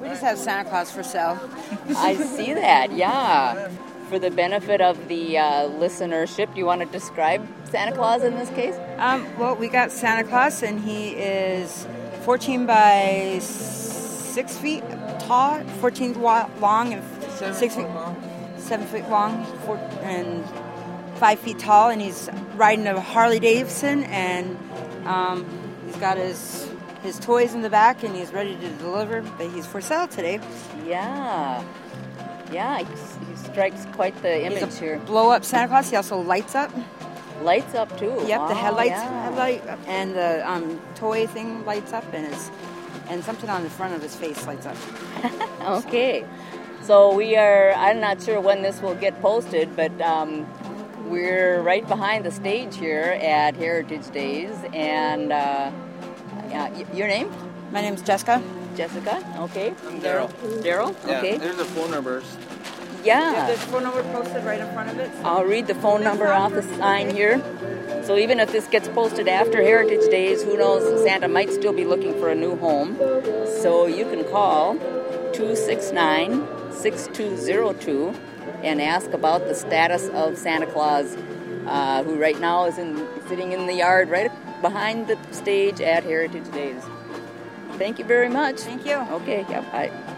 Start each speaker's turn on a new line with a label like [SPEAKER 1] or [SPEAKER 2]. [SPEAKER 1] always have Santa Claus for sale.
[SPEAKER 2] I see that, yeah. For the benefit of the uh, listenership, do you want to describe Santa Claus in this case?
[SPEAKER 1] Um, well, we got Santa Claus, and he is 14 by 6 feet tall, 14 wa- long, and f-
[SPEAKER 3] Seven
[SPEAKER 1] six
[SPEAKER 3] foot
[SPEAKER 1] feet
[SPEAKER 3] long.
[SPEAKER 1] seven feet long four, and five feet tall, and he's riding a Harley Davidson, and um, he's got his his toys in the back, and he's ready to deliver. But he's for sale today.
[SPEAKER 2] Yeah. Yeah, he, s- he strikes quite the
[SPEAKER 1] He's
[SPEAKER 2] image
[SPEAKER 1] a
[SPEAKER 2] here.
[SPEAKER 1] blow up Santa Claus. He also lights up.
[SPEAKER 2] Lights up too.
[SPEAKER 1] Yep, the
[SPEAKER 2] Wow,
[SPEAKER 1] headlights
[SPEAKER 2] yeah.
[SPEAKER 1] headlight up, and the um, toy thing lights up, and it's and something on the front of his face lights up.
[SPEAKER 2] Okay. So we are, I'm not sure when this will get posted, but um, we're right behind the stage here at Heritage Days. And uh, yeah, y- your name?
[SPEAKER 1] My name's Jessica.
[SPEAKER 2] Jessica? Okay.
[SPEAKER 3] I'm Daryl.
[SPEAKER 2] Daryl?
[SPEAKER 3] Yeah,
[SPEAKER 2] Okay.
[SPEAKER 3] There's the phone numbers.
[SPEAKER 1] Yeah,
[SPEAKER 2] Yeah.
[SPEAKER 1] there's a phone number posted right in front of it.
[SPEAKER 2] I'll read the phone number off the sign here. So even if this gets posted after Heritage Days, who knows, Santa might still be looking for a new home. So you can call 269 6202 and ask about the status of Santa Claus, uh, who right now is in, sitting in the yard right behind the stage at Heritage Days. Thank you very much.
[SPEAKER 1] Thank you.
[SPEAKER 2] Okay, yeah, bye.